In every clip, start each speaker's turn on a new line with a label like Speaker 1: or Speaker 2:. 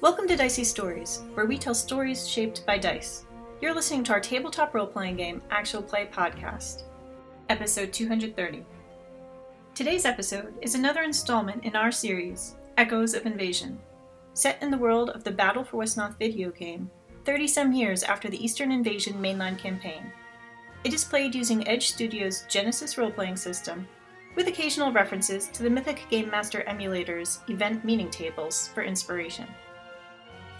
Speaker 1: Welcome to Dicey Stories, where we tell stories shaped by dice. You're listening to our tabletop role playing game, Actual Play Podcast, episode 230. Today's episode is another installment in our series, Echoes of Invasion. Set in the world of the Battle for Westnoth video game, 30 some years after the Eastern Invasion mainline campaign, it is played using Edge Studios' Genesis role playing system, with occasional references to the Mythic Game Master emulator's event meaning tables for inspiration.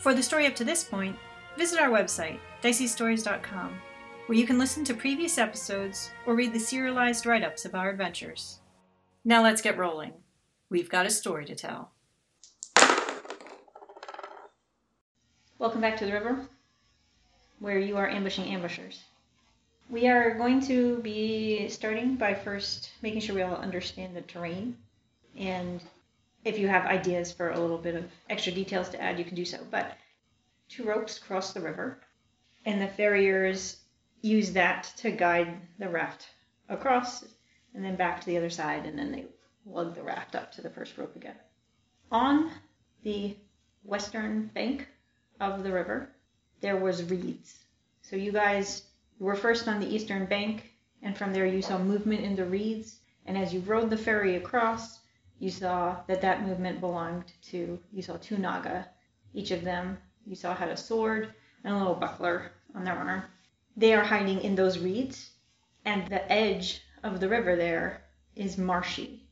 Speaker 1: For the story up to this point, visit our website, diceystories.com, where you can listen to previous episodes or read the serialized write ups of our adventures. Now let's get rolling. We've got a story to tell. Welcome back to the river, where you are ambushing ambushers. We are going to be starting by first making sure we all understand the terrain and if you have ideas for a little bit of extra details to add, you can do so. But two ropes cross the river, and the farriers use that to guide the raft across and then back to the other side, and then they lug the raft up to the first rope again. On the western bank of the river, there was reeds. So you guys were first on the eastern bank, and from there you saw movement in the reeds. And as you rowed the ferry across, you saw that that movement belonged to you saw two naga each of them you saw had a sword and a little buckler on their arm they are hiding in those reeds and the edge of the river there is marshy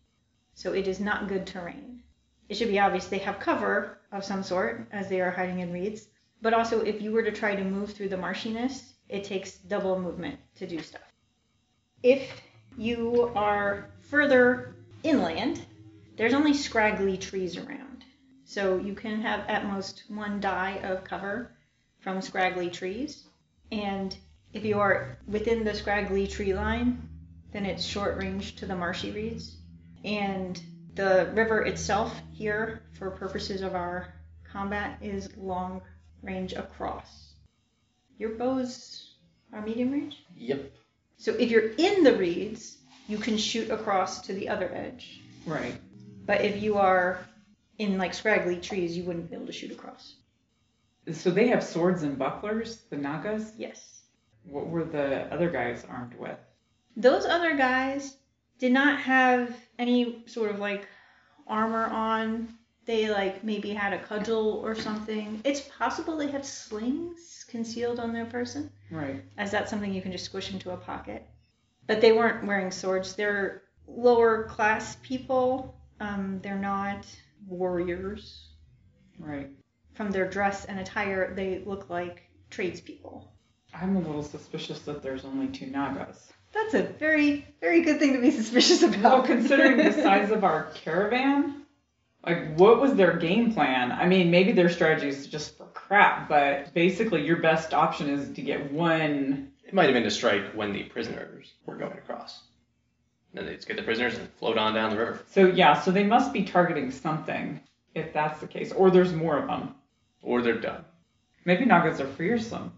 Speaker 1: so it is not good terrain it should be obvious they have cover of some sort as they are hiding in reeds but also if you were to try to move through the marshiness it takes double movement to do stuff if you are further inland there's only scraggly trees around. So you can have at most one die of cover from scraggly trees. And if you are within the scraggly tree line, then it's short range to the marshy reeds. And the river itself here, for purposes of our combat, is long range across. Your bows are medium range?
Speaker 2: Yep.
Speaker 1: So if you're in the reeds, you can shoot across to the other edge.
Speaker 2: Right.
Speaker 1: But if you are in like scraggly trees, you wouldn't be able to shoot across.
Speaker 2: So they have swords and bucklers, the Nagas.
Speaker 1: Yes.
Speaker 2: What were the other guys armed with?
Speaker 1: Those other guys did not have any sort of like armor on. They like maybe had a cudgel or something. It's possible they had slings concealed on their person,
Speaker 2: Right.
Speaker 1: as that's something you can just squish into a pocket. But they weren't wearing swords. They're lower class people. Um, they're not warriors.
Speaker 2: Right.
Speaker 1: From their dress and attire, they look like tradespeople.
Speaker 2: I'm a little suspicious that there's only two Nagas.
Speaker 1: That's a very, very good thing to be suspicious about.
Speaker 2: Well, considering the size of our caravan, like what was their game plan? I mean, maybe their strategy is just for crap, but basically your best option is to get one.
Speaker 3: It might have been to strike when the prisoners were going across. And then they'd just get the prisoners and float on down the river.
Speaker 2: So yeah, so they must be targeting something if that's the case, or there's more of them.
Speaker 3: Or they're done.
Speaker 2: Maybe Nagas are fearsome.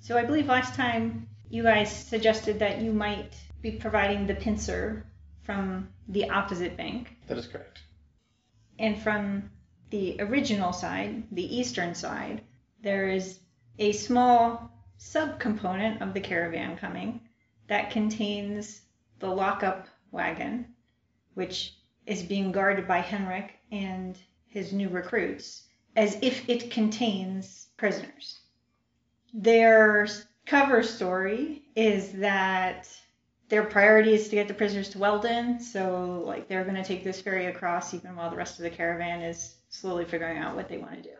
Speaker 1: so I believe last time you guys suggested that you might be providing the pincer from the opposite bank
Speaker 3: That is correct.
Speaker 1: and from the original side, the eastern side. There is a small subcomponent of the caravan coming that contains the lockup wagon, which is being guarded by Henrik and his new recruits, as if it contains prisoners. Their s- cover story is that their priority is to get the prisoners to Weldon, so like they're going to take this ferry across even while the rest of the caravan is slowly figuring out what they want to do.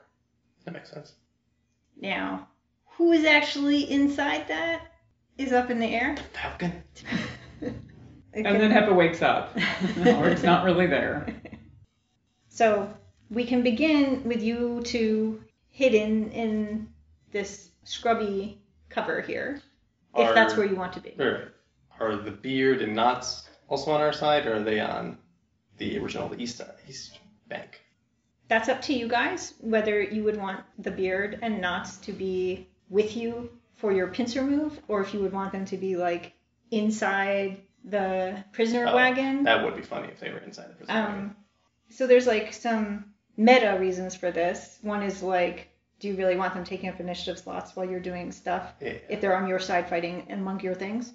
Speaker 3: That makes sense.
Speaker 1: Now, who is actually inside that is up in the air.
Speaker 3: Falcon.
Speaker 2: And then Heppa wakes up, or it's not really there.
Speaker 1: So we can begin with you two hidden in this scrubby cover here, if that's
Speaker 3: Are-
Speaker 1: where you want to be.
Speaker 3: Wait, wait. Are the beard and knots also on our side, or are they on the original the east, east bank?
Speaker 1: That's up to you guys whether you would want the beard and knots to be with you for your pincer move, or if you would want them to be like inside the prisoner
Speaker 3: Oh,
Speaker 1: wagon.
Speaker 3: That would be funny if they were inside the prison.
Speaker 1: Um, so there's like some meta reasons for this. One is like, do you really want them taking up initiative slots while you're doing stuff
Speaker 3: Yeah.
Speaker 1: if they're on your side fighting among your things?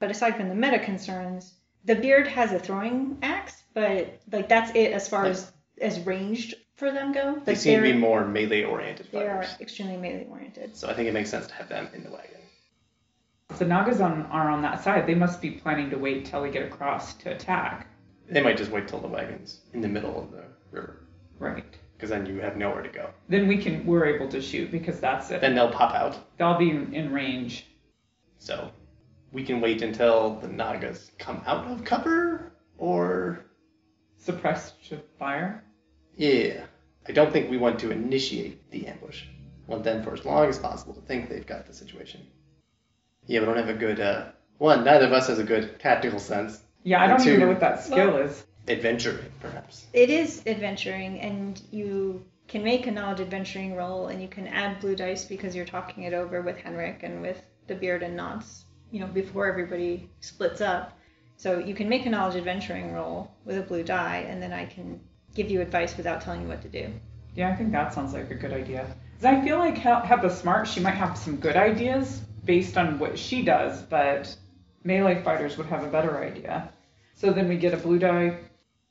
Speaker 1: But aside from the meta concerns, the beard has a throwing axe, but like that's it as far as as ranged for them go.
Speaker 3: They
Speaker 1: Like,
Speaker 3: seem to
Speaker 1: they're-
Speaker 3: be more melee oriented
Speaker 1: they are
Speaker 3: fighters.
Speaker 1: extremely melee oriented.
Speaker 3: So I think it makes sense to have them in the wagon.
Speaker 2: The Nagas on, are on that side. They must be planning to wait till we get across to attack.
Speaker 3: They might just wait till the wagon's in the middle of the river,
Speaker 2: Right.
Speaker 3: because then you have nowhere to go.
Speaker 2: Then we can we're able to shoot because that's it.
Speaker 3: Then they'll pop out.
Speaker 2: They'll be in, in range.
Speaker 3: So we can wait until the Nagas come out of cover, or
Speaker 2: Suppressed to fire.
Speaker 3: yeah, I don't think we want to initiate the ambush. Want them for as long as possible to think they've got the situation. Yeah, we don't have a good uh, one. Neither of us has a good tactical sense.
Speaker 2: Yeah, I don't
Speaker 3: Two.
Speaker 2: even know what that skill is.
Speaker 3: Adventuring, perhaps.
Speaker 1: It is adventuring, and you can make a knowledge adventuring roll, and you can add blue dice because you're talking it over with Henrik and with the beard and knots, you know, before everybody splits up. So you can make a knowledge adventuring roll with a blue die, and then I can give you advice without telling you what to do.
Speaker 2: Yeah, I think that sounds like a good idea. 'Cause I feel like He- Heppa Smart, she might have some good ideas based on what she does, but melee fighters would have a better idea. So then we get a blue die.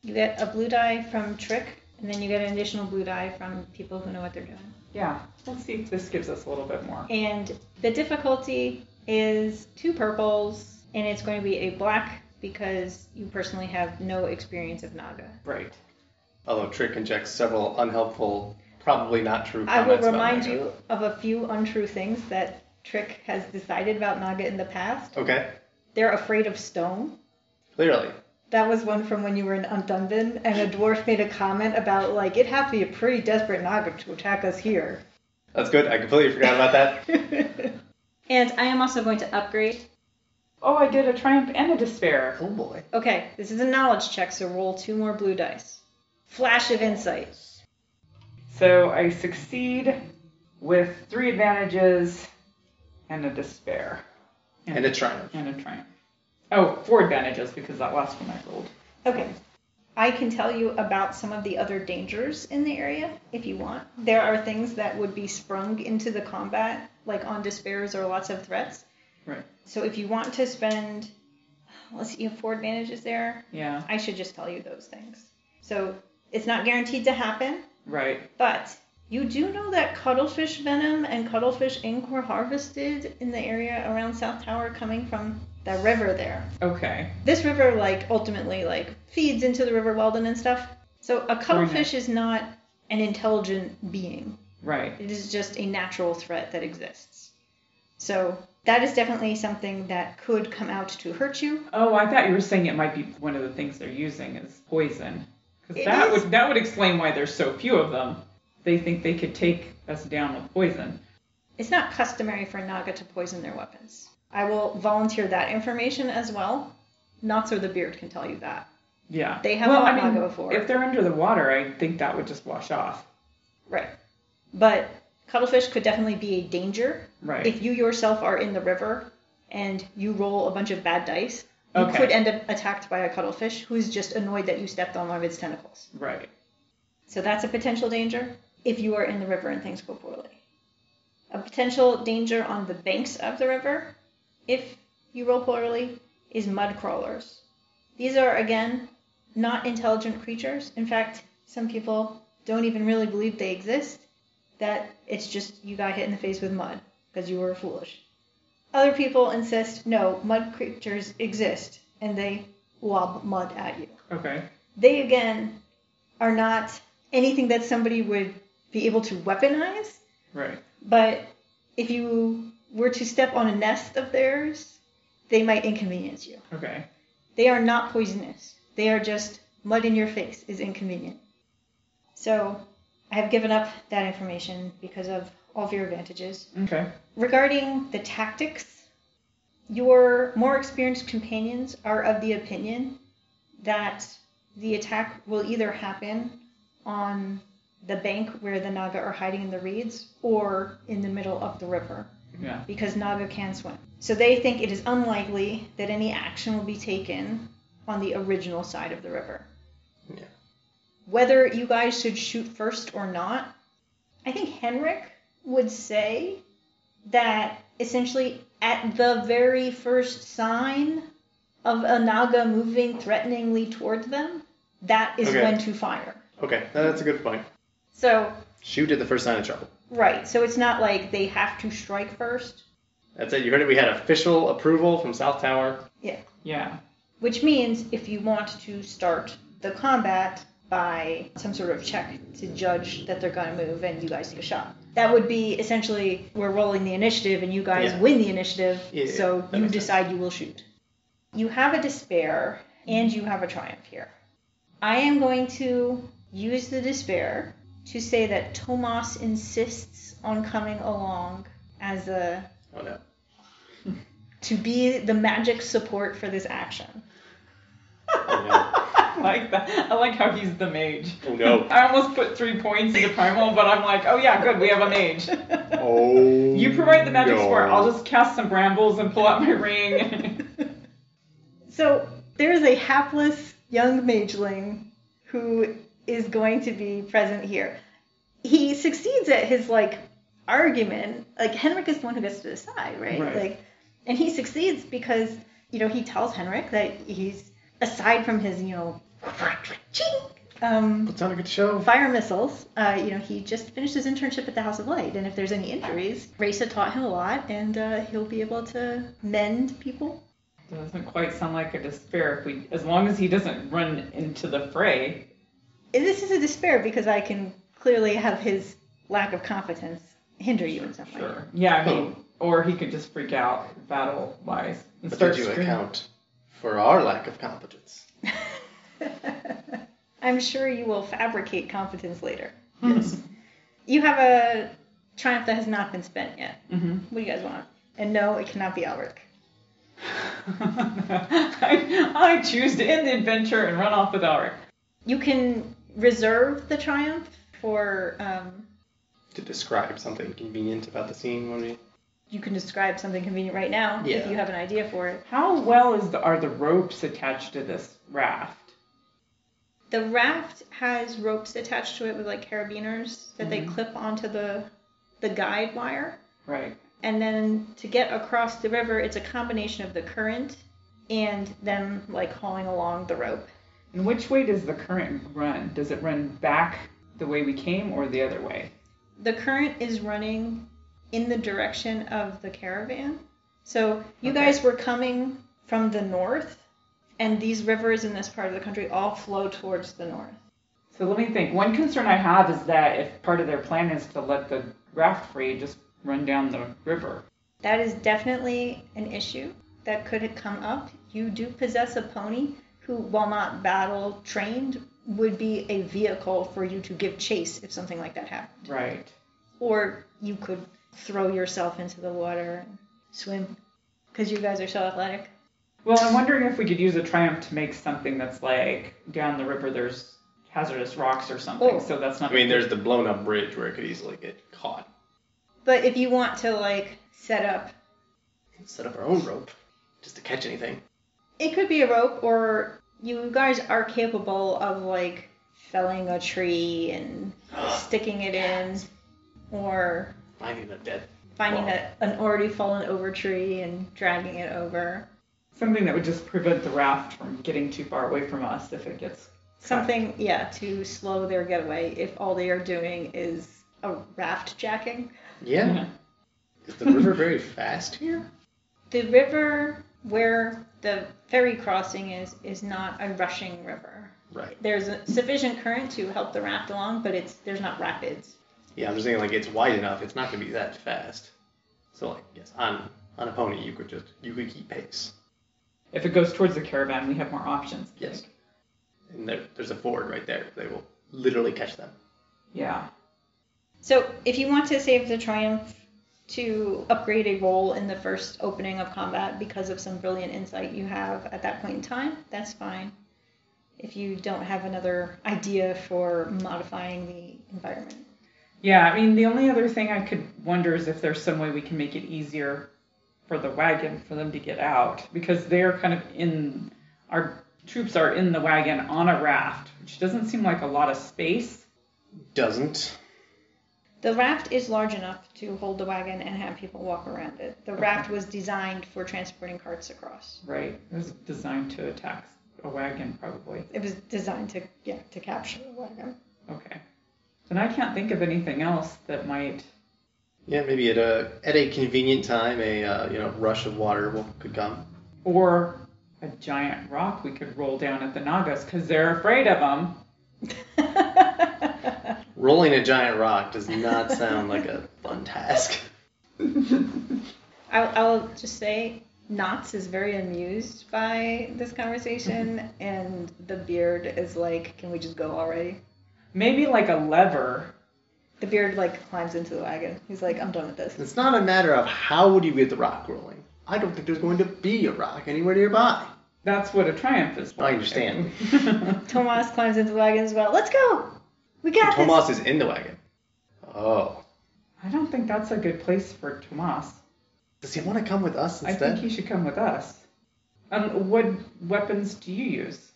Speaker 1: You get a blue die from trick, and then you get an additional blue die from people who know what they're doing.
Speaker 2: Yeah, let's see if this gives us a little bit more.
Speaker 1: And the difficulty is two purples, and it's going to be a black because you personally have no experience of Naga.
Speaker 2: Right.
Speaker 3: Although Trick injects several unhelpful, probably not true
Speaker 1: I will
Speaker 3: comments about
Speaker 1: remind
Speaker 3: Naga.
Speaker 1: you of a few untrue things that Trick has decided about Naga in the past.
Speaker 3: Okay,
Speaker 1: They're afraid of stone.
Speaker 3: clearly.
Speaker 1: That was one from when you were in Undundan, and a dwarf made a comment about, like, it'd have to be a pretty desperate Naga to attack us here.
Speaker 3: That's good. I completely forgot about that.
Speaker 1: And I am also going to upgrade.
Speaker 2: Oh, I did a triumph and a despair.
Speaker 3: oh boy.
Speaker 1: Okay, this is a knowledge check, so roll two more blue dice. Flash of insight.
Speaker 2: So I succeed with three advantages and a despair
Speaker 3: And a triumph.
Speaker 2: and a triumph. Oh, four advantages because that last one I rolled.
Speaker 1: Okay. I can tell you about some of the other dangers in the area if you want. There are things that would be sprung into the combat, like on despairs or lots of threats.
Speaker 2: Right.
Speaker 1: So if you want to spend, let's see, you have four advantages there.
Speaker 2: Yeah.
Speaker 1: I should just tell you those things. So it's not guaranteed to happen,
Speaker 2: Right.
Speaker 1: but you do know that cuttlefish venom and cuttlefish ink were harvested in the area around South Tower coming from the river there
Speaker 2: Okay.
Speaker 1: this river like ultimately like feeds into the river Weldon and stuff. So a cuttlefish is not an intelligent being.
Speaker 2: Right.
Speaker 1: It is just a natural threat that exists. So that is definitely something that could come out to hurt you.
Speaker 2: Oh, I thought you were saying it might be one of the things they're using is poison. Because
Speaker 1: It
Speaker 2: that
Speaker 1: is.
Speaker 2: would that would explain why there's so few of them. They think they could take us down with poison.
Speaker 1: It's not customary for Naga to poison their weapons. I will volunteer that information as well. Not so the beard can tell you that.
Speaker 2: Yeah.
Speaker 1: They have
Speaker 2: well,
Speaker 1: fought
Speaker 2: I mean,
Speaker 1: Naga before.
Speaker 2: If they're under the water, I think that would just wash off.
Speaker 1: Right. But cuttlefish could definitely be a danger
Speaker 2: Right.
Speaker 1: if you yourself are in the river and you roll a bunch of bad dice, you
Speaker 2: Okay.
Speaker 1: could end up attacked by a cuttlefish who's just annoyed that you stepped on one of its tentacles.
Speaker 2: Right.
Speaker 1: So that's a potential danger if you are in the river and things go poorly. A potential danger on the banks of the river, if you roll poorly, is mud crawlers. These are, again, not intelligent creatures. In fact, some people don't even really believe they exist, that it's just you got hit in the face with mud because you were foolish. Other people insist no, mud creatures exist, and they lob mud at you
Speaker 2: Okay.
Speaker 1: they again are not anything that somebody would be able to weaponize,
Speaker 2: Right.
Speaker 1: but if you were to step on a nest of theirs, they might inconvenience you.
Speaker 2: Okay.
Speaker 1: They are not poisonous. They are just mud in your face is inconvenient. So I have given up that information because of all of your advantages.
Speaker 2: Okay.
Speaker 1: Regarding the tactics, your more experienced companions are of the opinion that the attack will either happen on the bank where the Naga are hiding in the reeds or in the middle of the river
Speaker 2: Yeah.
Speaker 1: because Naga can swim. So they think it is unlikely that any action will be taken on the original side of the river.
Speaker 3: Yeah.
Speaker 1: whether you guys should shoot first or not, I think Henrik would say that essentially at the very first sign of a Naga moving threateningly towards them, that is
Speaker 3: Okay.
Speaker 1: when to fire.
Speaker 3: Okay, no, that's a good point.
Speaker 1: So,
Speaker 3: Shoot at the first sign of trouble.
Speaker 1: right. So it's not like they have to strike first,
Speaker 3: That's it. You heard it. We had official approval from South Tower.
Speaker 2: Yeah.
Speaker 1: which means if you want to start the combat by some sort of check to judge that they're going to move and you guys take a shot. That would be essentially we're rolling the initiative and you guys
Speaker 3: Yeah.
Speaker 1: win the initiative,
Speaker 3: Yeah, yeah, yeah.
Speaker 1: so
Speaker 3: That
Speaker 1: you
Speaker 3: makes sense.
Speaker 1: decide you will shoot. You have a despair and you have a triumph here. I am going to use the despair to say that Tomas insists on coming along as a
Speaker 3: Oh no.
Speaker 1: to be the magic support for this action.
Speaker 3: Oh
Speaker 2: I like that. I like how he's the mage.
Speaker 3: no. Oh no.
Speaker 2: I almost put three points into primal, but I'm like, oh yeah, good, we have a mage.
Speaker 3: Oh.
Speaker 2: You provide the magic
Speaker 3: no.
Speaker 2: sport. I'll just cast some brambles and pull out my ring.
Speaker 1: So there is a hapless young mageling who is going to be present here. He succeeds at his like argument. Like Henrik is the one who gets to decide, right?
Speaker 2: Right.
Speaker 1: Like, and he succeeds because you know he tells Henrik that he's aside from his you know chink, um,
Speaker 3: It's not a good show.
Speaker 1: fire missiles. Uh, you know he just finished his internship at the House of Light, and if there's any injuries, Raisa taught him a lot, and uh, he'll be able to mend people.
Speaker 2: Doesn't quite sound like a despair if we as long as he doesn't run into the fray.
Speaker 1: And this is a despair because I can clearly have his lack of competence hinder you in some way.
Speaker 2: Sure. Yeah, I mean or he could just freak out battle wise and
Speaker 3: Oh. But
Speaker 2: start
Speaker 3: did you
Speaker 2: screaming.
Speaker 3: account for our lack of competence?
Speaker 1: I'm sure you will fabricate competence later.
Speaker 2: Yes.
Speaker 1: You have a triumph that has not been spent yet.
Speaker 2: hmm
Speaker 1: What do you guys want? And no, it cannot be Alric.
Speaker 2: I, Mm-hmm. I choose to end the adventure and run off with Elric.
Speaker 1: You can reserve the triumph for. Um,
Speaker 3: To describe something convenient about the scene when we.
Speaker 1: you can describe something convenient right now if
Speaker 3: Yeah.
Speaker 1: you have an idea for it.
Speaker 2: How well is the, are the ropes attached to this raft?
Speaker 1: The raft has ropes attached to it with like carabiners that they clip onto the the guide wire.
Speaker 2: Right.
Speaker 1: And then to get across the river, it's a combination of the current and them like hauling along the rope.
Speaker 2: And which way does the current run? Does it run back the way we came or the other way?
Speaker 1: The current is running in the direction of the caravan. So you
Speaker 2: Okay.
Speaker 1: guys were coming from the north, and these rivers in this part of the country all flow towards the north.
Speaker 2: So let me think. One concern I have is that if part of their plan is to let the raft free just run down the river.
Speaker 1: That is definitely an issue that could have come up. You do possess a pony who, while not battle trained, would be a vehicle for you to give chase if something like that happened.
Speaker 2: Right.
Speaker 1: Or you could throw yourself into the water and swim because you guys are so athletic.
Speaker 2: Well, I'm wondering if we could use a triumph to make something that's like down the river there's hazardous rocks or something.
Speaker 1: Oh.
Speaker 2: So that's not
Speaker 3: I mean, there's the blown up bridge where it could easily get caught.
Speaker 1: But if you want to like set up,
Speaker 3: Set up our own rope just to catch anything.
Speaker 1: it could be a rope or you guys are capable of like felling a tree and sticking it in or
Speaker 3: Finding the dead.
Speaker 1: finding
Speaker 3: Wow.
Speaker 1: a, an already fallen over tree and dragging it over.
Speaker 2: something that would just prevent the raft from getting too far away from us if it gets
Speaker 1: Something, yeah, to slow their getaway if all they are doing is a raft jacking.
Speaker 3: Yeah. Is the river very fast here?
Speaker 1: The river where the ferry crossing is is not a rushing river.
Speaker 3: Right.
Speaker 1: There's a sufficient current to help the raft along, but it's there's not rapids.
Speaker 3: Yeah, I'm just thinking like it's wide enough. It's not gonna be that fast. So like yes, on on a pony you could just you could keep pace.
Speaker 2: if it goes towards the caravan we have more options.
Speaker 3: Yes. And there, there's a ford right there. They will literally catch them.
Speaker 2: Yeah.
Speaker 1: So if you want to save the triumph to upgrade a role in the first opening of combat because of some brilliant insight you have at that point in time, that's fine. If you don't have another idea for modifying the environment.
Speaker 2: Yeah, I mean the only other thing I could wonder is if there's some way we can make it easier for the wagon for them to get out because they're kind of in our troops are in the wagon on a raft, which doesn't seem like a lot of space.
Speaker 3: Doesn't.
Speaker 1: The raft is large enough to hold the wagon and have people walk around it. The raft was designed for transporting carts across.
Speaker 2: Right. It was designed to attack a wagon, probably.
Speaker 1: It was designed to yeah to capture a wagon.
Speaker 2: Okay. Then I can't think of anything else that might.
Speaker 3: Yeah, maybe at a at a convenient time, a uh, you know rush of water will, could come.
Speaker 2: Or a giant rock we could roll down at the Nagas because they're afraid of them.
Speaker 3: Rolling a giant rock does not sound like a fun task.
Speaker 1: I'll, I'll just say Knots is very amused by this conversation, and the beard is like, "Can we just go already?"
Speaker 2: Maybe like a lever.
Speaker 1: The beard like climbs into the wagon. He's like, "I'm done with this."
Speaker 3: It's not a matter of how do you get the rock rolling. I don't think there's going to be a rock anywhere nearby.
Speaker 2: That's what a triumph is. for.
Speaker 3: I understand.
Speaker 1: Tomas climbs into the wagon as well. Let's go. We got this.
Speaker 3: Tomas is in the wagon. Oh.
Speaker 2: I don't think that's a good place for Tomas.
Speaker 3: Does he want to come with us
Speaker 2: I
Speaker 3: instead?
Speaker 2: think he should come with us. Um, what weapons do you use?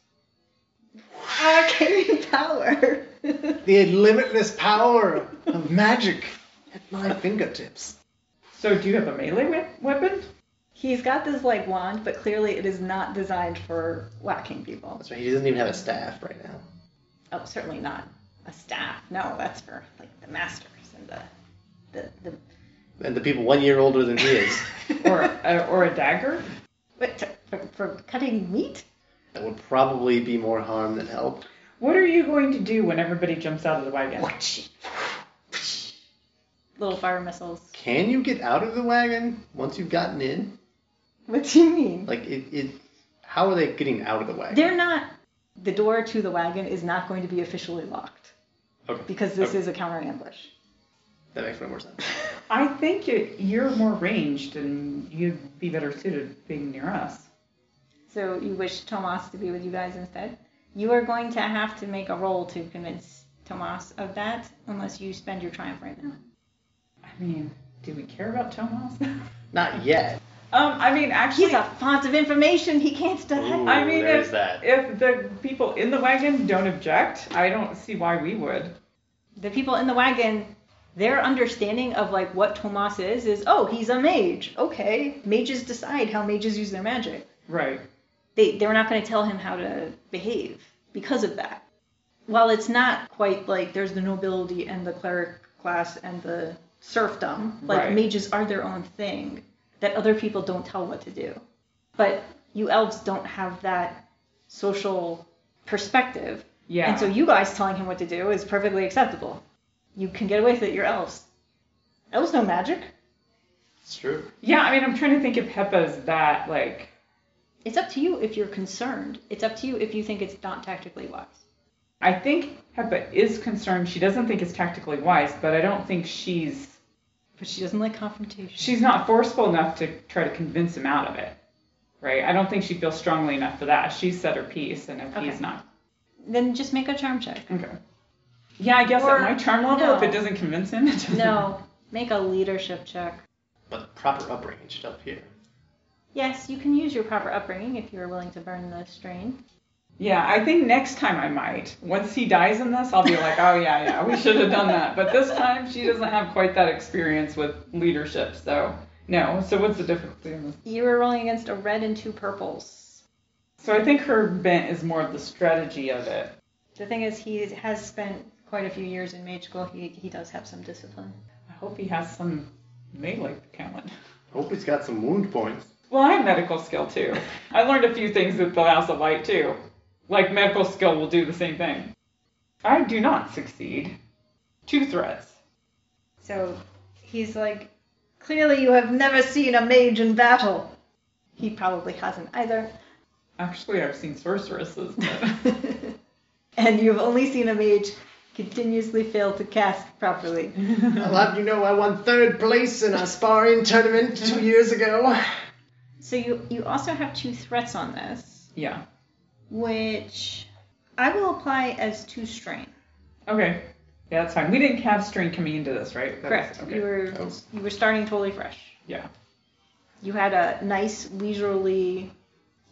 Speaker 1: Arcane power.
Speaker 3: The limitless power of magic at my fingertips.
Speaker 2: So do you have a melee wep- weapon?
Speaker 1: He's got this like wand, but clearly it is not designed for whacking people.
Speaker 3: That's right. He doesn't even have a staff right now.
Speaker 1: Oh, certainly not a staff. No, that's for like the masters and the the the.
Speaker 3: And the people one year older than he is.
Speaker 2: Or a, or a dagger?
Speaker 1: Wait, t- for, for cutting meat?
Speaker 3: that would probably be more harm than help.
Speaker 2: What are you going to do when everybody jumps out of the wagon?
Speaker 1: Little fire missiles.
Speaker 3: Can you get out of the wagon once you've gotten in?
Speaker 1: What do you mean?
Speaker 3: Like it, it how are they getting out of the wagon?
Speaker 1: They're not. The door to the wagon is not going to be officially locked
Speaker 3: Okay.
Speaker 1: because this
Speaker 3: Okay.
Speaker 1: is a counter ambush.
Speaker 3: that makes way more sense.
Speaker 2: I think you you're more ranged and you'd be better suited being near us.
Speaker 1: So you wish Tomas to be with you guys instead? You are going to have to make a roll to convince Tomas of that unless you spend your triumph right now.
Speaker 2: I mean, do we care about Tomas? um,
Speaker 3: Not yet.
Speaker 2: I mean, actually,
Speaker 1: He's a font of information. He can't die.
Speaker 3: Ooh,
Speaker 2: I mean,
Speaker 3: there
Speaker 2: if-
Speaker 3: is that.
Speaker 2: if the people in the wagon don't object, I don't see why we would.
Speaker 1: The people in the wagon, their understanding of like what Tomas is is, oh, he's a mage. Okay, mages decide how mages use their magic.
Speaker 2: Right.
Speaker 1: they they're not going to tell him how to behave because of that. While it's not quite like there's the nobility and the cleric class and the serfdom, like
Speaker 2: Right.
Speaker 1: mages are their own thing that other people don't tell what to do. But you elves don't have that social perspective.
Speaker 2: Yeah.
Speaker 1: And so you guys telling him what to do is perfectly acceptable. You can get away with it, you're elves. Elves know magic.
Speaker 3: It's true.
Speaker 2: yeah, I mean, I'm trying to think if Peppa's that like.
Speaker 1: It's up to you if you're concerned. It's up to you if you think it's not tactically wise.
Speaker 2: I think Peppa is concerned. She doesn't think it's tactically wise, but I don't think she's
Speaker 1: But she doesn't like confrontation.
Speaker 2: she's not forceful enough to try to convince him out of it. Right? I don't think she feels strongly enough for that. She's said her piece, and if
Speaker 1: Okay.
Speaker 2: he's not
Speaker 1: Then just make a charm check.
Speaker 2: Okay. Yeah, I guess
Speaker 1: Or-
Speaker 2: at my charm level, if
Speaker 1: no.
Speaker 2: it doesn't convince him, it doesn't.
Speaker 1: No, make a leadership check.
Speaker 3: But proper upbringing should help here.
Speaker 1: Yes, you can use your proper upbringing if you're willing to burn the strain.
Speaker 2: Yeah, I think next time I might. Once he dies in this, I'll be like, oh yeah, yeah, we should have done that. But this time, she doesn't have quite that experience with leadership, so no. So what's the difference? in this?
Speaker 1: You were rolling against a red and two purples.
Speaker 2: So I think her bent is more of the strategy of it.
Speaker 1: The thing is, he has spent quite a few years in mage school. He, he does have some discipline.
Speaker 2: I hope he has some melee talent.
Speaker 3: Hope he's got some wound points.
Speaker 2: Well, I have medical skill too. I learned a few things at the House of Light too. Like medical skill will do the same thing. I do not succeed. Two threats.
Speaker 1: So he's like, clearly you have never seen a mage in battle. He probably hasn't either.
Speaker 2: Actually, I've seen sorceresses.
Speaker 1: and you've only seen a mage continuously fail to cast properly.
Speaker 3: I'll have you know I won third place in a sparring tournament two years ago.
Speaker 1: So you, you also have two threats on this.
Speaker 2: yeah.
Speaker 1: which I will apply as two strain.
Speaker 2: Okay. Yeah, that's fine. We didn't have string coming into this, right? That
Speaker 1: Correct.
Speaker 2: was- okay. Oh.
Speaker 1: You were
Speaker 3: That was-
Speaker 1: you were starting totally fresh.
Speaker 2: Yeah.
Speaker 1: You had a nice leisurely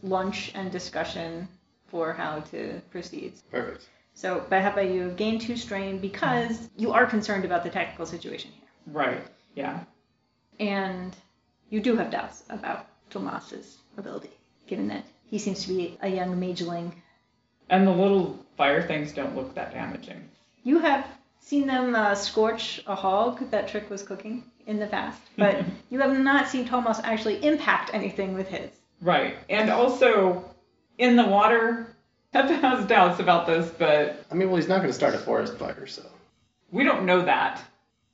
Speaker 1: lunch and discussion for how to proceed.
Speaker 3: Perfect.
Speaker 1: So, but how about you gain two strain because you are concerned about the tactical situation here,
Speaker 2: Right. Yeah.
Speaker 1: and you do have doubts about Tomas's ability, given that he seems to be a young mageling.
Speaker 2: And the little fire things don't look that damaging.
Speaker 1: You have seen them uh, scorch a hog that Trick was cooking in the past, but you have not seen Tomas actually impact anything with his.
Speaker 2: Right. And also, in the water, Peppa has doubts about this, but
Speaker 3: I mean, well, he's not going to start a forest fire, so.
Speaker 2: we don't know that.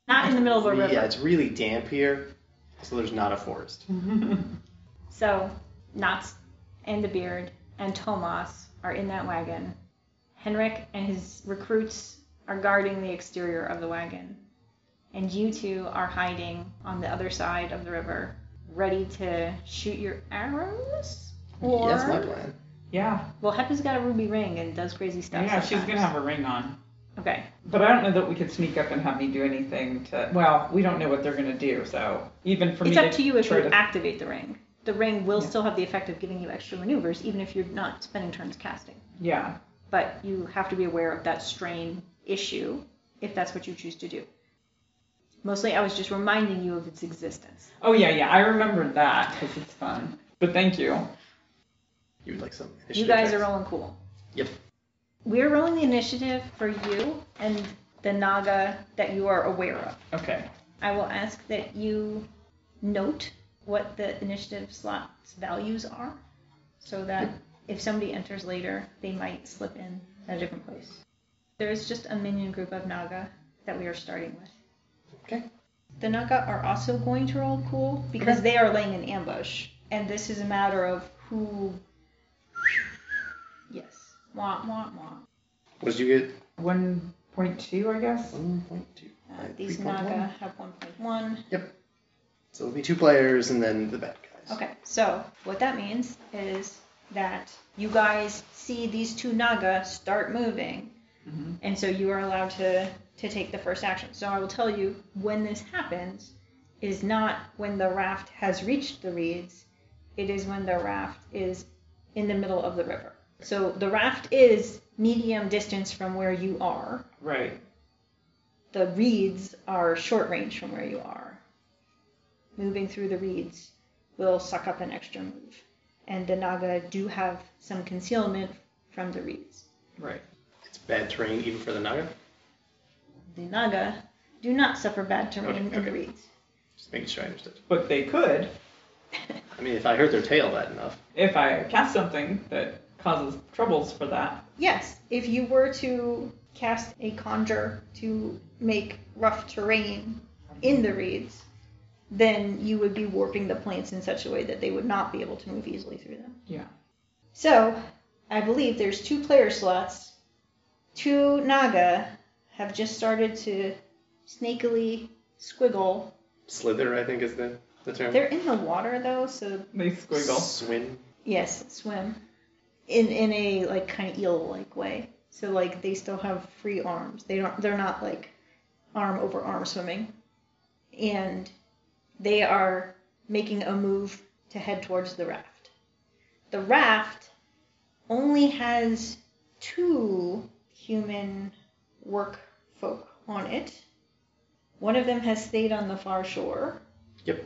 Speaker 1: Not in the middle of a river.
Speaker 3: Yeah, it's really damp here, so there's not a forest.
Speaker 1: So, Knots and the Beard and Tomas are in that wagon. Henrik and his recruits are guarding the exterior of the wagon. And you two are hiding on the other side of the river, ready to shoot your arrows? Or,
Speaker 3: That's my plan.
Speaker 2: yeah.
Speaker 1: well, Hepa's got a ruby ring and does crazy stuff.
Speaker 2: Yeah, she's going to
Speaker 1: sometimes.
Speaker 2: have a ring on.
Speaker 1: Okay.
Speaker 2: But I don't know that we could sneak up and have me do anything to. Well, we don't know what they're going to do, so even for
Speaker 1: It's
Speaker 2: me.
Speaker 1: up to you if you
Speaker 2: try to-
Speaker 1: activate the ring. The ring will still have the effect of giving you extra maneuvers, even if you're not spending turns casting.
Speaker 2: Yeah.
Speaker 1: but you have to be aware of that strain issue if that's what you choose to do. Mostly, I was just reminding you of its existence.
Speaker 2: Oh, yeah, yeah. I remembered that because it's fun. But thank you.
Speaker 3: You would like some initiative.
Speaker 1: You guys are
Speaker 3: checks.
Speaker 1: rolling cool.
Speaker 3: Yep.
Speaker 1: We're rolling the initiative for you and the Naga that you are aware of.
Speaker 2: Okay.
Speaker 1: I will ask that you note what the initiative slot's values are so that if somebody enters later, they might slip in at a different place. There is just a minion group of Naga that we are starting with.
Speaker 3: Okay.
Speaker 1: The Naga are also going to roll cool because they are laying an ambush, and this is a matter of who. Yes. Wah wah wah.
Speaker 3: What did you get?
Speaker 2: 1.2, I guess.
Speaker 3: 1.2.
Speaker 1: Uh,
Speaker 3: Alright,
Speaker 1: these
Speaker 3: 3.1.
Speaker 1: Naga have 1.1.
Speaker 3: So it'll be two players and then the bad guys.
Speaker 1: Okay, so what that means is that you guys see these two Naga start moving,
Speaker 3: Mm-hmm.
Speaker 2: Mhm.
Speaker 1: and so you are allowed to to take the first action. So I will tell you when this happens is not when the raft has reached the reeds, it is when the raft is in the middle of the river. So the raft is medium distance from where you are.
Speaker 2: Right.
Speaker 1: The reeds are short range from where you are. Moving through the reeds will suck up an extra move. And the Naga do have some concealment from the reeds.
Speaker 2: Right.
Speaker 3: It's bad terrain even for the Naga.
Speaker 1: The Naga do not suffer bad terrain
Speaker 3: Okay,
Speaker 1: in
Speaker 3: okay.
Speaker 1: the reeds.
Speaker 3: Just making sure I understood.
Speaker 2: But they could,
Speaker 3: I mean, if I hurt their tail bad enough.
Speaker 2: if I cast something that causes troubles for that.
Speaker 1: Yes, if you were to cast a conjure to make rough terrain in the reeds, then you would be warping the plants in such a way that they would not be able to move easily through them.
Speaker 2: Yeah.
Speaker 1: So, I believe there's two player slots. Two Naga have just started to snakily squiggle.
Speaker 3: Slither, I think, is the, the term.
Speaker 1: They're in the water though, so
Speaker 2: They squiggle.
Speaker 3: Swim.
Speaker 1: yes, swim in in a like kind of eel like way. So like they still have free arms. They don't they're not like arm over arm swimming. And they are making a move to head towards the raft. The raft only has two human work folk on it. One of them has stayed on the far shore.
Speaker 3: Yep.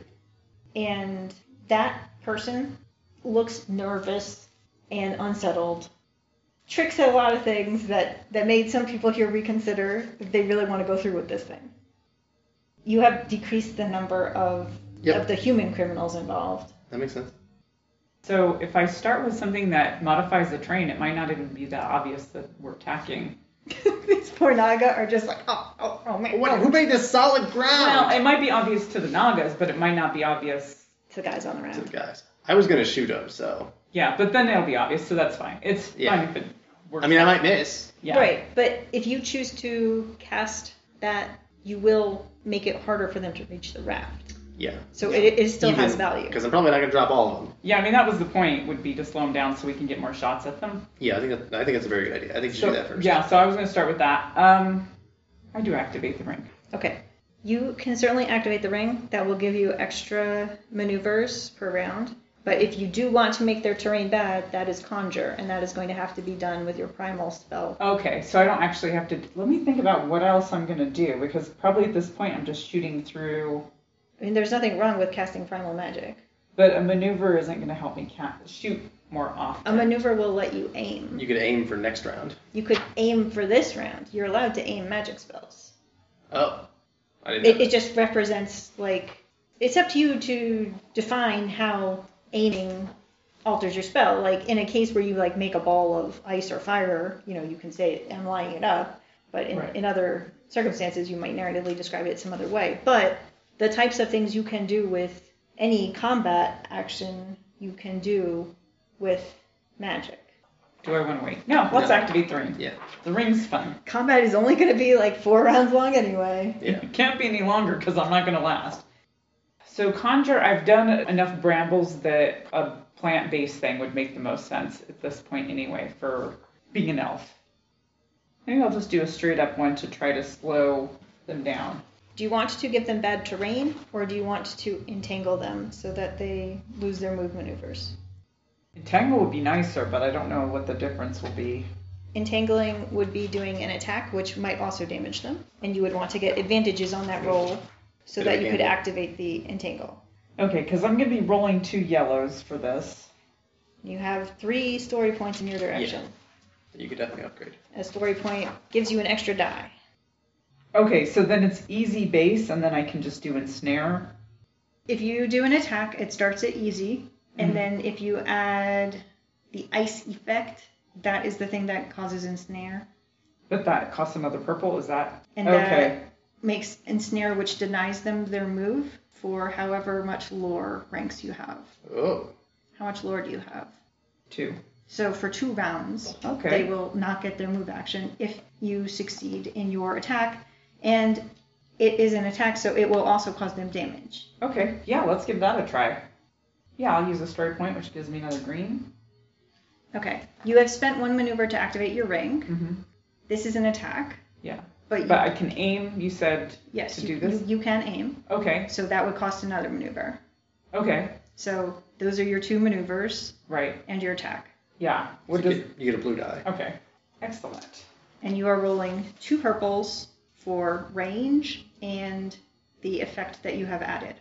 Speaker 1: And that person looks nervous and unsettled. Trick said a lot of things that, that made some people here reconsider if they really want to go through with this thing. You have decreased the number of,
Speaker 3: Yep.
Speaker 1: of the human criminals involved.
Speaker 3: That makes sense.
Speaker 2: So if I start with something that modifies the terrain, it might not even be that obvious that we're attacking.
Speaker 1: These poor Naga are just like, oh, oh, oh man.
Speaker 3: What, who made this solid
Speaker 2: Well,
Speaker 3: ground?
Speaker 2: it might be obvious to the Nagas, but it might not be obvious.
Speaker 1: To the guys on the
Speaker 3: To
Speaker 1: round.
Speaker 3: the guys. I was going to shoot him, so.
Speaker 2: Yeah, but then it'll be obvious, so that's fine. It's
Speaker 3: Yeah.
Speaker 2: fine if it works.
Speaker 3: I mean, I might miss.
Speaker 2: yeah.
Speaker 1: Right, but if you choose to cast that, you will make it harder for them to reach the raft.
Speaker 3: Yeah.
Speaker 1: So it, it still has value.
Speaker 3: Because I'm probably not going to drop all of them.
Speaker 2: Yeah, I mean that was the point would be to slow them down so we can get more shots at them.
Speaker 3: Yeah, I think that, I think that's a very good idea. I think you should
Speaker 2: So-
Speaker 3: do that first.
Speaker 2: Yeah, so I was going to start with that. Um, I do activate the ring.
Speaker 1: Okay. You can certainly activate the ring. That will give you extra maneuvers per round. But if you do want to make their terrain bad, that is conjure, and that is going to have to be done with your primal spell.
Speaker 2: Okay, so I don't actually have to. Let me think about what else I'm gonna do because probably at this point I'm just shooting through.
Speaker 1: I mean, there's nothing wrong with casting primal magic.
Speaker 2: But a maneuver isn't gonna help me ca shoot more often.
Speaker 1: A maneuver will let you aim.
Speaker 3: You could aim for next round.
Speaker 1: You could aim for this round. You're allowed to aim magic spells.
Speaker 3: Oh, I didn't.
Speaker 1: It,
Speaker 3: know.
Speaker 1: it just represents, like, it's up to you to define how aiming alters your spell. Like, in a case where you, like, make a ball of ice or fire, you know, you can say, I'm lighting it up. But in,
Speaker 2: Right.
Speaker 1: in other circumstances, you might narratively describe it some other way. But the types of things you can do with any combat action, you can do with magic.
Speaker 2: Do I want to wait? No, let's
Speaker 3: No.
Speaker 2: activate the ring.
Speaker 3: yeah,
Speaker 2: The ring's fun.
Speaker 1: Combat is only going to be like four rounds long anyway.
Speaker 3: yeah.
Speaker 2: It can't be any longer because I'm not gonna last. So conjure, I've done enough brambles that a plant-based thing would make the most sense at this point anyway for being an elf. Maybe I'll just do a straight up one to try to slow them down.
Speaker 1: Do you want to give them bad terrain, or do you want to entangle them so that they lose their move maneuvers?
Speaker 2: Entangle would be nicer, but I don't know what the difference will be.
Speaker 1: Entangling would be doing an attack, which might also damage them, and you would want to get advantages on that roll so
Speaker 3: Did I
Speaker 1: that you could
Speaker 3: gamble?
Speaker 1: activate the entangle.
Speaker 2: Okay, because I'm gonna be rolling two yellows for this.
Speaker 1: You have three story points in your direction.
Speaker 3: You could definitely upgrade.
Speaker 1: A story point gives you an extra die.
Speaker 2: Okay, so then it's easy base, and then I can just do ensnare.
Speaker 1: If you do an attack, it starts at easy, and then if you add the ice effect, that is the thing that causes ensnare.
Speaker 2: But that costs another purple. Is that
Speaker 1: And uh,
Speaker 2: okay?
Speaker 1: that makes ensnare, which denies them their move for however much lore ranks you have.
Speaker 3: Oh,
Speaker 1: How much lore do you have?
Speaker 2: Two.
Speaker 1: So for two rounds,
Speaker 2: Okay.
Speaker 1: they will not get their move action if you succeed in your attack. And it is an attack, so it will also cause them damage.
Speaker 2: Okay, yeah, let's give that a try. Yeah, I'll use a story point, which gives me another green.
Speaker 1: Okay. You have spent one maneuver to activate your ring.
Speaker 2: Mm-hmm.
Speaker 1: This is an attack,
Speaker 2: Yeah,
Speaker 1: but, you,
Speaker 2: but I can aim. You said
Speaker 1: yes,
Speaker 2: to
Speaker 1: you,
Speaker 2: do this?
Speaker 1: you- you can aim.
Speaker 2: okay,
Speaker 1: So that would cost another maneuver.
Speaker 2: okay,
Speaker 1: So those are your two maneuvers
Speaker 2: right?
Speaker 1: and your attack.
Speaker 2: Yeah.
Speaker 3: what
Speaker 2: What does?
Speaker 3: you, get, you get a blue die.
Speaker 2: Okay, excellent.
Speaker 1: and you are rolling two purples for range and the effect that you have added.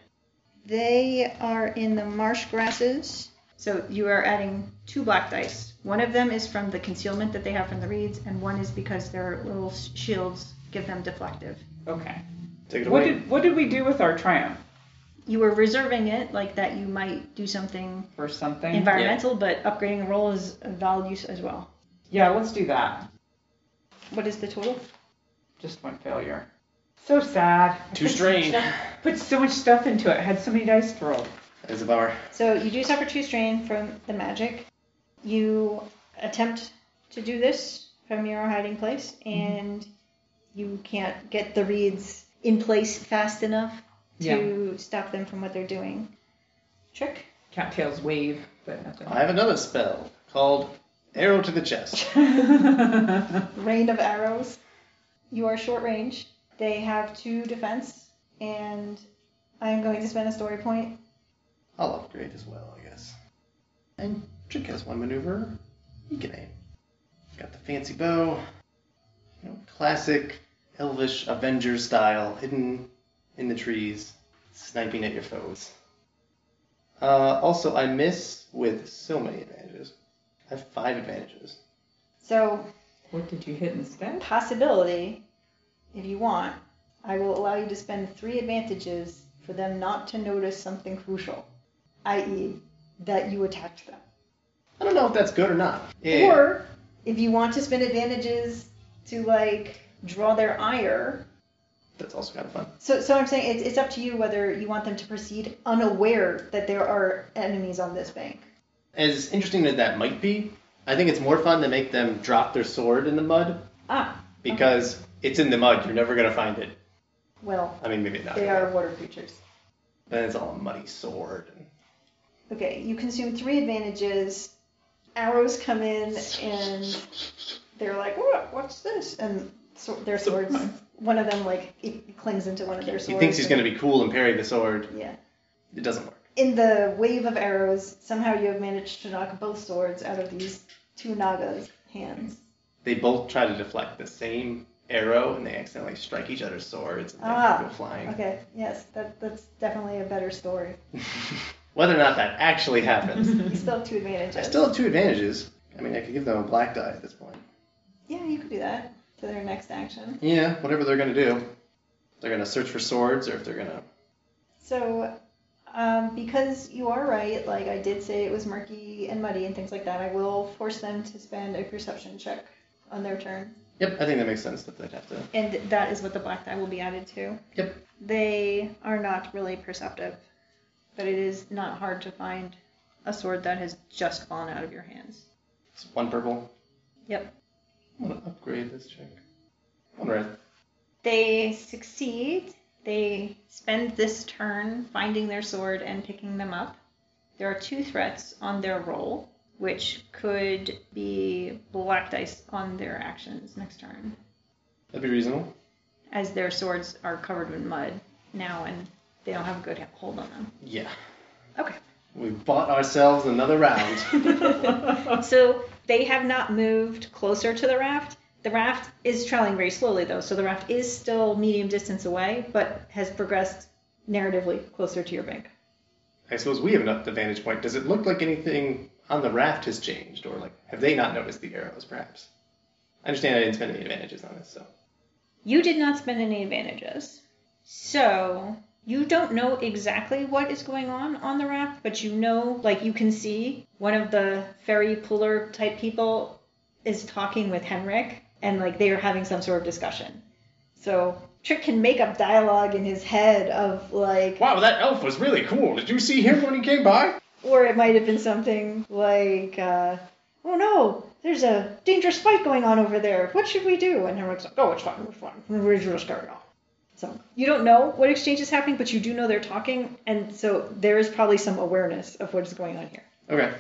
Speaker 1: They are in the marsh grasses, so you are adding two black dice. One of them is from the concealment that they have from the reeds, and one is because their little s- shields give them deflective.
Speaker 2: Okay.
Speaker 3: Take it
Speaker 2: What
Speaker 3: away.
Speaker 2: did what did we do with our triumph
Speaker 1: You were reserving it like that you might do something
Speaker 2: or something?
Speaker 1: environmental, but upgrading a roll is a valid use as well.
Speaker 2: yeah, let's do that.
Speaker 1: What is the total?
Speaker 2: Just one failure. So sad. I
Speaker 3: Too
Speaker 2: put so much
Speaker 3: strained.
Speaker 2: stuff- Put so much stuff into it. Had so many dice to roll.
Speaker 3: That is a bummer.
Speaker 1: So you do suffer two strain from the magic. You attempt to do this from your hiding place, and you can't get the reeds in place fast enough to stop them from what they're doing. Trick.
Speaker 2: Cattails wave, but nothing.
Speaker 3: I have another spell called Arrow to the Chest.
Speaker 1: Rain of arrows. You are short range. They have two defense, and I'm going to spend a story point.
Speaker 3: I'll upgrade as well, I guess. And Trick has one maneuver. He can aim. Got the fancy bow. You know, classic elvish Avenger style, hidden in the trees, sniping at your foes. Uh, also, I miss with so many advantages. I have five advantages.
Speaker 1: So
Speaker 2: what did you hit instead?
Speaker 1: possibility, if you want, I will allow you to spend three advantages for them not to notice something crucial, i.e., that you attacked them.
Speaker 3: I don't know if that's good or not. Yeah.
Speaker 1: Or if you want to spend advantages to like draw their ire.
Speaker 3: that's also kind of fun.
Speaker 1: So, so I'm saying it's, it's up to you whether you want them to proceed unaware that there are enemies on this bank.
Speaker 3: As interesting as that might be, I think it's more fun to make them drop their sword in the mud
Speaker 1: Ah,
Speaker 3: because it's in the mud. You're never gonna find it.
Speaker 1: well,
Speaker 3: I mean, maybe not.
Speaker 1: they are water creatures.
Speaker 3: Then it's all a muddy sword.
Speaker 1: Okay, you consume three advantages. Arrows come in and they're like, what? What's this? And so their swords. One of them like it clings into one of their swords.
Speaker 3: He thinks he's gonna be cool and parry the sword.
Speaker 1: to. Yeah.
Speaker 3: It doesn't work.
Speaker 4: in the wave of arrows, somehow you have managed to knock both swords out of these two Naga's hands.
Speaker 3: They both try to deflect the same arrow, and they accidentally strike each other's swords, and they
Speaker 4: Ah,
Speaker 3: go flying.
Speaker 4: Okay, yes, that, that's definitely a better story.
Speaker 3: Whether or not that actually happens,
Speaker 4: You still have two advantages.
Speaker 3: I still have two advantages. I mean, I could give them a black die at this point.
Speaker 4: Yeah, you could do that to their next action.
Speaker 3: Yeah, whatever they're gonna do. If They're gonna search for swords, or if they're gonna.
Speaker 4: So, um, because you are right, like I did say it was murky and muddy and things like that, I will force them to spend a perception check on their turn.
Speaker 3: Yep, I think that makes sense that they'd have to.
Speaker 1: And that is what the black die will be added to.
Speaker 3: Yep.
Speaker 1: They are not really perceptive, but it is not hard to find a sword that has just fallen out of your hands.
Speaker 3: It's one purple.
Speaker 1: Yep.
Speaker 3: I'm gonna upgrade this check. One red.
Speaker 1: They succeed. They spend this turn finding their sword and picking them up. There are two threats on their roll, which could be black dice on their actions next turn,
Speaker 3: That'd be reasonable.
Speaker 1: as their swords are covered in mud now and they don't have a good hold on them.
Speaker 3: Yeah.
Speaker 1: Okay.
Speaker 3: We bought ourselves another round.
Speaker 1: So they have not moved closer to the raft. The raft is traveling very slowly, though, so the raft is still medium distance away, but has progressed narratively closer to your bank.
Speaker 3: I suppose we have enough vantage point. Does it look like anything on the raft has changed, or like have they not noticed the arrows? Perhaps. I understand I didn't spend any advantages on this, so
Speaker 1: You did not spend any advantages. So you don't know exactly what is going on on the raft, but you know, like you can see one of the ferry puller type people is talking with Henrik and like they are having some sort of discussion. So Trick can make up dialogue in his head of like,
Speaker 3: Wow, that elf was really cool. Did you see him when he came by?
Speaker 1: or it might have been something like, uh, oh no, there's a dangerous fight going on over there. What should we do? And Henrik's like, oh, it's fine, it's fine. We're just carry on. So you don't know what exchange is happening, but you do know they're talking, and so there is probably some awareness of what is going on here.
Speaker 3: Okay.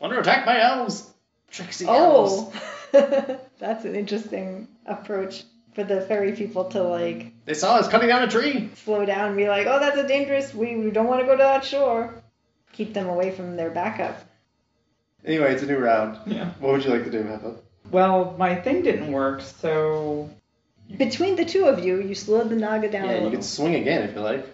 Speaker 3: Wonder attacked by elves. Tricksy
Speaker 1: Oh,
Speaker 3: elves.
Speaker 4: That's an interesting approach for the fairy people to like
Speaker 3: They saw us cutting down a tree.
Speaker 4: slow down and be like, oh, that's a dangerous, we, we don't want to go to that shore. Keep them away from their backup.
Speaker 3: Anyway, it's a new round.
Speaker 2: Yeah.
Speaker 3: What would you like to do, Peppa?
Speaker 2: Well, my thing didn't work, so
Speaker 4: Between the two of you, you slowed the Naga down a
Speaker 3: Yeah, you
Speaker 4: little.
Speaker 3: can swing again if you like.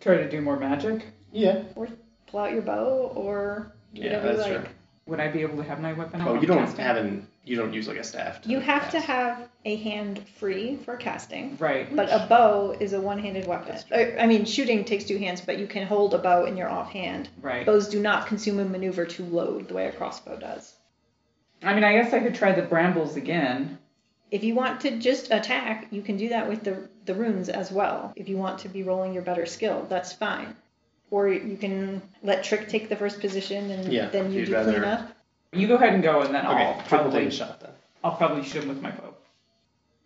Speaker 2: try to do more magic.
Speaker 3: Yeah.
Speaker 4: Pull out your bow or
Speaker 3: Yeah,
Speaker 4: whatever you
Speaker 3: that's
Speaker 4: like.
Speaker 3: true.
Speaker 2: Would I be able to have my weapon? out
Speaker 3: Oh,
Speaker 2: when
Speaker 3: you
Speaker 2: I'm
Speaker 3: don't
Speaker 2: casting?
Speaker 3: have an. You don't use like a staff.
Speaker 1: you have to
Speaker 3: cast.
Speaker 1: have a hand free for casting,
Speaker 2: Right.
Speaker 1: but a bow is a one-handed weapon. Uh,
Speaker 3: That's true.
Speaker 1: I I mean, shooting takes two hands, but you can hold a bow in your offhand.
Speaker 2: Right.
Speaker 1: Bows do not consume a maneuver to load the way a crossbow does.
Speaker 2: I mean, I guess I could try the brambles again.
Speaker 1: If you want to just attack, you can do that with the, the runes as well. If you want to be rolling your better skill, that's fine. Or you can let Trick take the first position and
Speaker 3: Yeah,
Speaker 1: then you
Speaker 3: you'd
Speaker 1: do
Speaker 3: rather-
Speaker 1: cleanup.
Speaker 2: You go ahead and go, and then
Speaker 3: Okay,
Speaker 2: I'll
Speaker 3: triple take
Speaker 2: probably
Speaker 3: a shot then.
Speaker 2: I'll probably shoot him with my bow.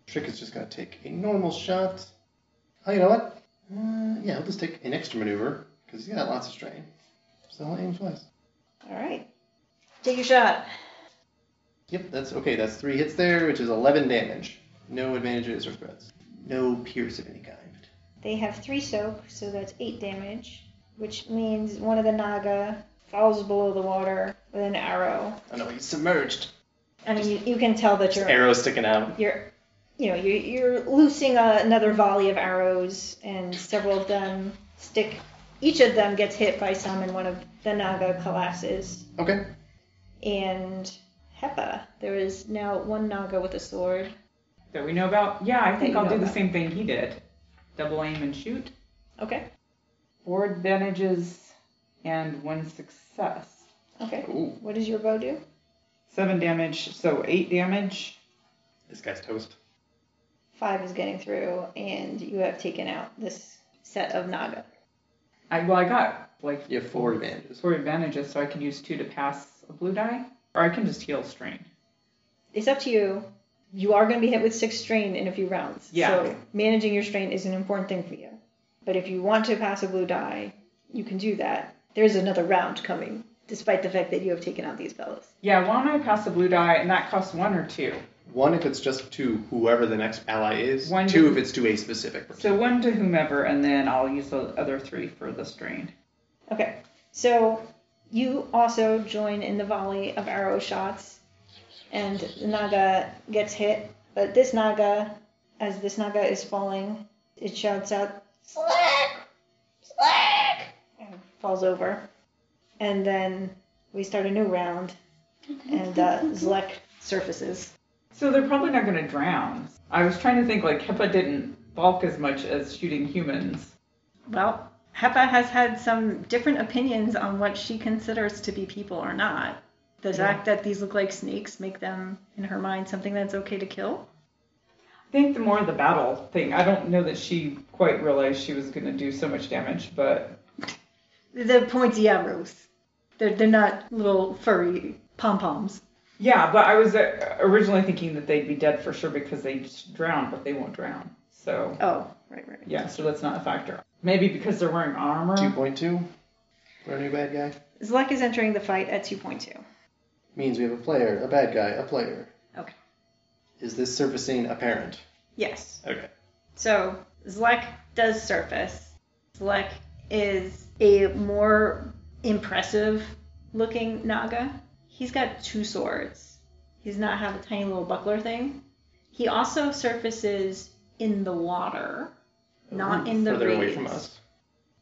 Speaker 3: Trick is just gonna take a normal shot. Oh, you know what? Uh, yeah, he'll just take an extra maneuver because he's got lots of strain. So I'll aim twice.
Speaker 4: All right.
Speaker 1: Take your shot.
Speaker 3: Yep, that's okay. That's three hits there, which is 11 damage. No advantages or threats. No pierce of any kind.
Speaker 4: They have three soak, so that's eight damage, which means one of the Naga falls below the water with an arrow.
Speaker 3: Oh no, he's submerged.
Speaker 4: I mean, you, you can tell that
Speaker 3: His
Speaker 4: you're
Speaker 3: arrow sticking out.
Speaker 4: you're you know you're, you're loosing a, another volley of arrows and several of them stick each of them gets hit by some and one of the naga collapses
Speaker 3: Okay.
Speaker 4: and hepa there is now one naga with a sword
Speaker 2: That we know about. Yeah, I think
Speaker 4: you
Speaker 2: I'll
Speaker 4: know
Speaker 2: do the
Speaker 4: about.
Speaker 2: same thing he did. Double aim and shoot.
Speaker 4: okay
Speaker 2: Four advantages and one success.
Speaker 4: okay
Speaker 3: Ooh,
Speaker 4: what does your bow do
Speaker 2: Seven damage, so eight damage.
Speaker 3: this guy's toast.
Speaker 4: five is getting through and you have taken out this set of naga
Speaker 2: I well, I got like
Speaker 3: You have four advantages.
Speaker 2: four advantages, so I can use two to pass a blue die, or I can just heal strain.
Speaker 4: it's up to you you are going to be hit with six strain in a few rounds
Speaker 2: Yeah.
Speaker 4: so managing your strain is an important thing for you
Speaker 1: But if you want to pass a blue die, you can do that. There's another round coming, despite the fact that you have taken out these fellows.
Speaker 2: Yeah, why don't I pass a blue die, and that costs one or two.
Speaker 3: One if it's just to whoever the next ally is.
Speaker 2: One
Speaker 3: Two
Speaker 2: to-
Speaker 3: if it's to a specific person.
Speaker 2: So one to whomever, and then I'll use the other three for the strain.
Speaker 4: Okay, so you also join in the volley of arrow shots, and the Naga gets hit. But this Naga, as this Naga is falling, it shouts out, Slack! Slack! And falls over. And then we start a new round, and uh, Zlek surfaces.
Speaker 2: So they're probably not going to drown. I was trying to think like HIPAA didn't balk as much as shooting humans.
Speaker 1: Well, Hepa has had some different opinions on what she considers to be people or not. The fact that these look like snakes make them, in her mind, something that's okay to kill.
Speaker 2: I think the more the battle thing. I don't know that she quite realized she was going to do so much damage, but
Speaker 1: The pointy arrows. They're, they're not little furry pom poms.
Speaker 2: yeah. But I was uh, originally thinking that they'd be dead for sure because they just drowned, but they won't drown. So
Speaker 1: Oh, right, right.
Speaker 2: yeah, so that's not a factor. Maybe because they're wearing armor.
Speaker 3: 2.2. We're a new bad guy.
Speaker 1: Zlek is entering the fight at 2.2.
Speaker 3: Means we have a player, a bad guy, a player.
Speaker 1: Okay.
Speaker 3: Is this surfacing apparent?
Speaker 1: Yes.
Speaker 3: Okay.
Speaker 1: So Zlek does surface. Zlek is a more impressive looking Naga. He's got two swords. He does not have a tiny little buckler thing. He also surfaces in the water, not in the
Speaker 3: Further
Speaker 1: waves.
Speaker 3: away from us.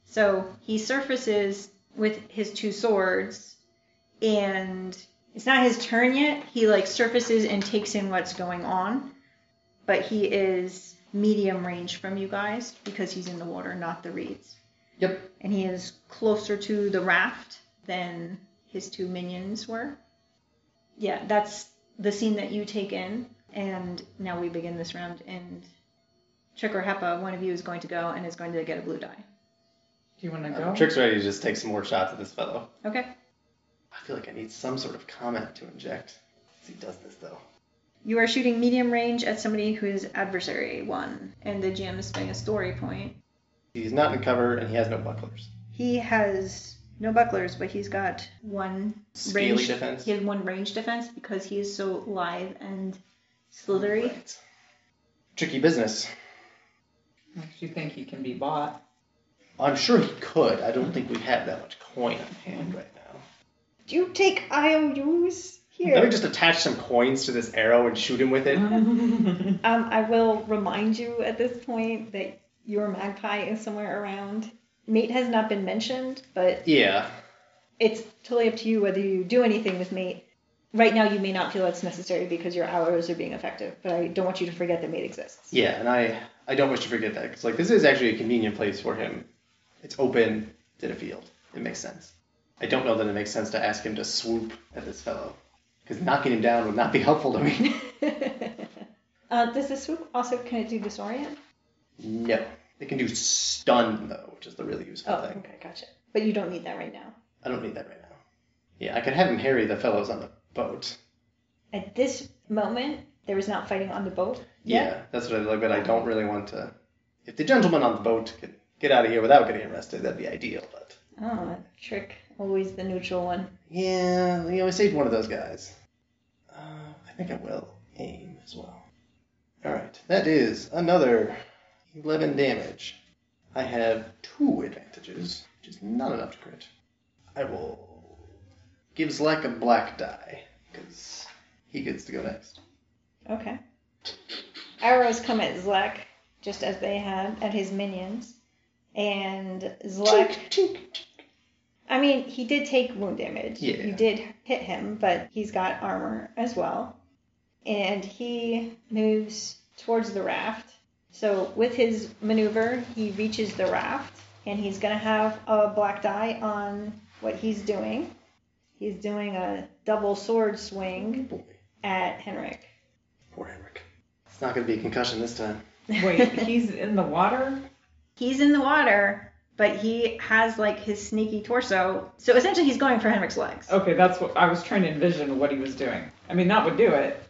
Speaker 1: So he surfaces with his two swords, and it's not his turn yet. He like surfaces and takes in what's going on, but he is medium range from you guys because he's in the water, not the reeds.
Speaker 3: Yep.
Speaker 1: And he is closer to the raft than his two minions were. Yeah, that's the scene that you take in, and now we begin this round. And Trick or Hepa, one of you is going to go and is going to get a blue die.
Speaker 2: Do you want to
Speaker 3: Uh,
Speaker 2: go?
Speaker 3: Trick's ready to just take some more shots at this fellow.
Speaker 1: Okay.
Speaker 3: I feel like I need some sort of comment to inject. As he does this though.
Speaker 1: You are shooting medium range at somebody who is adversary one, and the GM is spending a story point.
Speaker 3: He's not in cover and he has no bucklers.
Speaker 1: He has no bucklers, but he's got one
Speaker 3: Scaly
Speaker 1: range
Speaker 3: defense.
Speaker 1: He has one range defense because he is so lithe and slithery.
Speaker 3: Right. Tricky business.
Speaker 2: If you think he can be bought.
Speaker 3: I'm sure he could. I don't think we have that much coin on hand right now.
Speaker 4: Do you take IOUs here?
Speaker 3: Let me just attach some coins to this arrow and shoot him with it.
Speaker 1: Uh-huh.
Speaker 4: Um, I will remind you at this point that your magpie is somewhere around. Mate has not been mentioned, but
Speaker 3: Yeah.
Speaker 4: it's totally up to you whether you do anything with mate. Right now, you may not feel it's necessary because your hours are being effective, but I don't want you to forget that mate exists.
Speaker 3: Yeah, and I I don't wish to forget that because like this is actually a convenient place for him. It's open to the field. It makes sense. I don't know that it makes sense to ask him to swoop at this fellow because knocking him down would not be helpful to me.
Speaker 4: Uh, does the swoop also can it do disorient?
Speaker 3: no, it can do stun though, which is the really useful
Speaker 4: Oh,
Speaker 3: thing.
Speaker 4: okay, gotcha. But you don't need that right now.
Speaker 3: I don't need that right now. Yeah, I could have him harry the fellows on the boat.
Speaker 4: At this moment, there is not fighting on the boat.
Speaker 3: Yeah, that's what I like, but I don't really want to. If the gentleman on the boat could get out of here without getting arrested, that'd be ideal. But
Speaker 4: Oh, trick. Always the neutral one.
Speaker 3: Yeah, you know, I saved one of those guys. Uh, I think I will aim as well. Alright, that is another 11 damage. I have two advantages, which is not enough to crit. I will give Zlek a black die, because he gets to go next.
Speaker 4: Okay. Arrows come at Zlek, just as they had at his minions. And Zlek, I mean, he did take wound damage.
Speaker 3: Yeah.
Speaker 4: You did hit him, but he's got armor as well. And he moves towards the raft. So with his maneuver, he reaches the raft, and he's going to have a black die on what he's doing. He's doing a double sword swing
Speaker 3: Boy,
Speaker 4: at Henrik.
Speaker 3: poor Henrik. It's not going to be a concussion this time.
Speaker 2: Wait, he's in the water?
Speaker 1: He's in the water, but he has like his sneaky torso. So essentially, he's going for Henrik's legs.
Speaker 2: Okay, that's what I was trying to envision what he was doing. I mean, that would do it.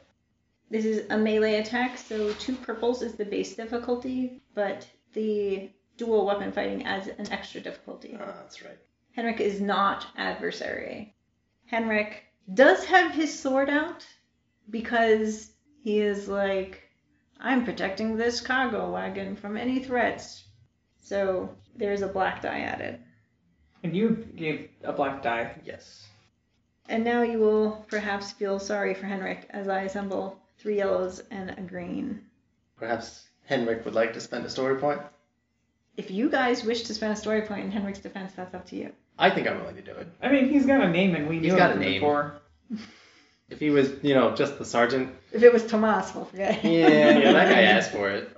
Speaker 1: This is a melee attack, so two purples is the base difficulty, but the dual weapon fighting adds an extra difficulty.
Speaker 3: Ah, that's right.
Speaker 1: Henrik is not adversary. Henrik does have his sword out because he is like, I'm protecting this cargo wagon from any threats. So there's a black die added.
Speaker 2: And you gave a black die.
Speaker 3: Yes.
Speaker 1: And now you will perhaps feel sorry for Henrik as I assemble three yellows and a green.
Speaker 3: Perhaps Henrik would like to spend a story point.
Speaker 1: If you guys wish to spend a story point in Henrik's defense, that's up to you.
Speaker 3: I think I'm willing to do it.
Speaker 2: I mean, he's got a name, and we knew
Speaker 3: He's got
Speaker 2: him
Speaker 3: a name.
Speaker 2: before.
Speaker 3: If he was, you know, just the sergeant.
Speaker 1: If it was Tomas, we'll forget.
Speaker 3: Yeah, yeah, that guy asked for it.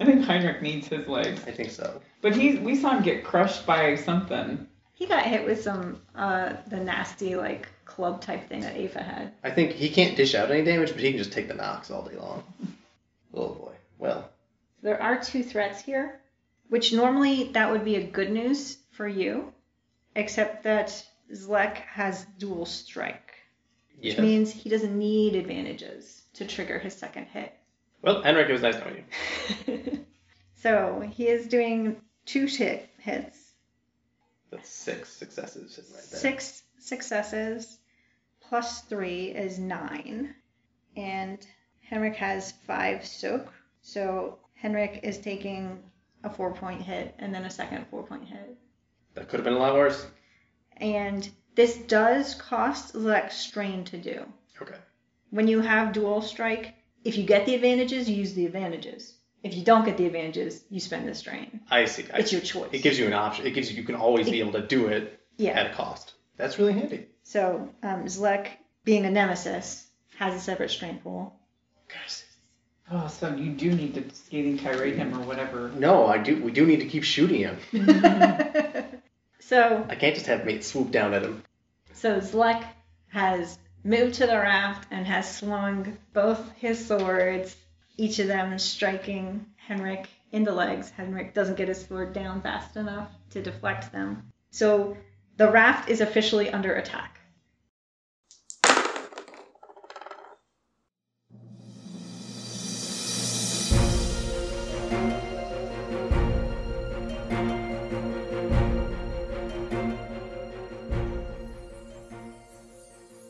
Speaker 2: I think Heinrich needs his legs.
Speaker 3: I think so.
Speaker 2: But he, we saw him get crushed by something.
Speaker 1: He got hit with some uh the nasty like club type thing that Afa had.
Speaker 3: I think he can't dish out any damage, but he can just take the knocks all day long. Oh boy. Well,
Speaker 1: So there are two threats here, which normally that would be a good news for you, except that Zlek has dual strike, which
Speaker 3: yeah.
Speaker 1: means he doesn't need advantages to trigger his second hit.
Speaker 3: Well, Henrik, it was nice knowing you.
Speaker 1: so he is doing two hit hits,
Speaker 3: That's six successes sitting right there.
Speaker 1: six successes plus three is nine, and Henrik has five soak. So Henrik is taking a four point hit and then a second four point hit.
Speaker 3: That could have been a lot worse.
Speaker 1: And this does cost Lex strain to do.
Speaker 3: Okay.
Speaker 1: When you have dual strike, if you get the advantages, you use the advantages. If you don't get the advantages, you spend the strain.
Speaker 3: I see. I
Speaker 1: It's
Speaker 3: see.
Speaker 1: your choice.
Speaker 3: It gives you an option. It gives you you can always be able to do it
Speaker 1: yeah.
Speaker 3: at a cost. That's really handy.
Speaker 1: So um, Zlek, being a nemesis, has a separate strain pool.
Speaker 2: Oh, so you do need to scathing tirade him or whatever.
Speaker 3: No, I do. We do need to keep shooting him.
Speaker 1: so
Speaker 3: I can't just have mate swoop down at him.
Speaker 1: so Zlek has moved to the raft and has slung both his swords, each of them striking Henrik in the legs. Henrik doesn't get his sword down fast enough to deflect them. So the raft is officially under attack.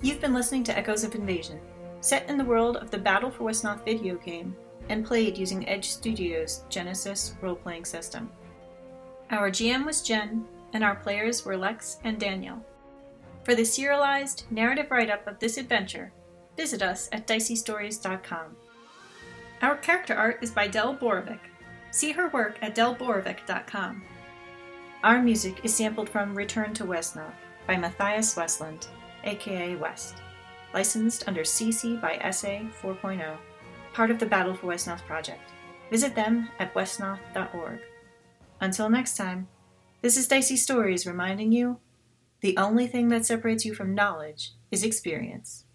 Speaker 1: You've been listening to Echoes of Invasion, set in the world of the Battle for Westnoth video game and played using Edge Studios' Genesis role playing system. Our GM was Jen, and our players were Lex and Daniel. For the serialized narrative write up of this adventure, visit us at diceystories.com. Our character art is by Del Borovic. See her work at delborovic.com. Our music is sampled from Return to Westnoth by Matthias Westland, aka West, licensed under CC by SA 4.0, oh, part of the Battle for Westnoth project. Visit them at westnoth.org. Until next time, this is Dicey Stories reminding you the only thing that separates you from knowledge is experience.